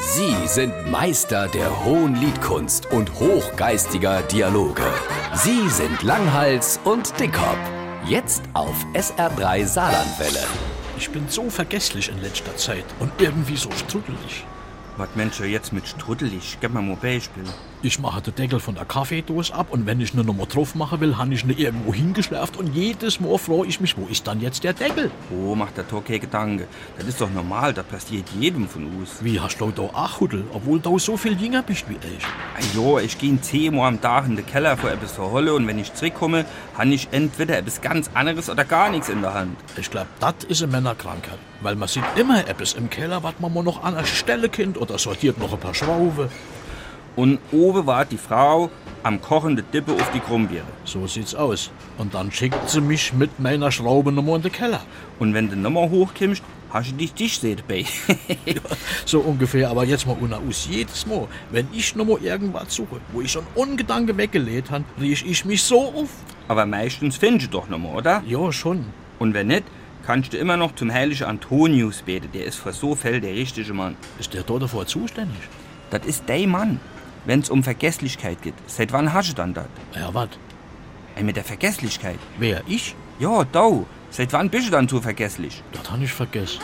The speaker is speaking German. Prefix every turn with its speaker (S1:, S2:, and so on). S1: Sie sind Meister der hohen Liedkunst und hochgeistiger Dialoge. Sie sind Langhals und Dickhop. Jetzt auf SR3 Saarlandwelle.
S2: Ich bin so vergesslich in letzter Zeit und irgendwie so strudelig.
S3: Was Mensch jetzt mit Strudelig? Gib mal ein Beispiel.
S2: Ich mache den Deckel von der Kaffeedose ab und wenn ich eine Nummer drauf machen will, habe ich eine irgendwo hingeschleift und jedes Mal freue ich mich, wo ist dann jetzt der Deckel?
S3: Oh, macht der Tor keine Gedanken. Das ist doch normal, das passiert jedem von uns.
S2: Wie hast du da auch Huddel, obwohl du so viel jünger bist wie ich?
S3: Ah Jo, ich gehe zehnmal am Tag in den Keller vor etwas zur Holle und wenn ich zurückkomme, habe ich entweder etwas ganz anderes oder gar nichts in der Hand.
S2: Ich glaube, das ist eine Männerkrankheit, weil man sieht immer etwas im Keller, was man mal noch an der Stelle kennt oder sortiert noch ein paar Schrauben.
S3: Und oben war die Frau am Kochen der Dippe auf die Krummbiere.
S2: So sieht's aus. Und dann schickt sie mich mit meiner Schraube nochmal in den Keller.
S3: Und wenn du nochmal hochkimmst, hast du dich dich seht, bei.
S2: So ungefähr, aber jetzt mal ohne aus. Jedes Mal, wenn ich nochmal irgendwas suche, wo ich schon ungedanke weggelegt habe, riech ich mich so auf.
S3: Aber meistens findest du doch nochmal, oder?
S2: Ja, schon.
S3: Und wenn nicht, kannst du immer noch zum heiligen Antonius beten. Der ist für so Fälle der richtige Mann.
S2: Ist der dort davor zuständig?
S3: Das ist der Mann. Wenn es um Vergesslichkeit geht, seit wann hast du dann das?
S2: Ja, was?
S3: Ey, mit der Vergesslichkeit?
S2: Wer? Ich?
S3: Ja, da. Seit wann bist du dann so vergesslich?
S2: Das habe ich vergessen.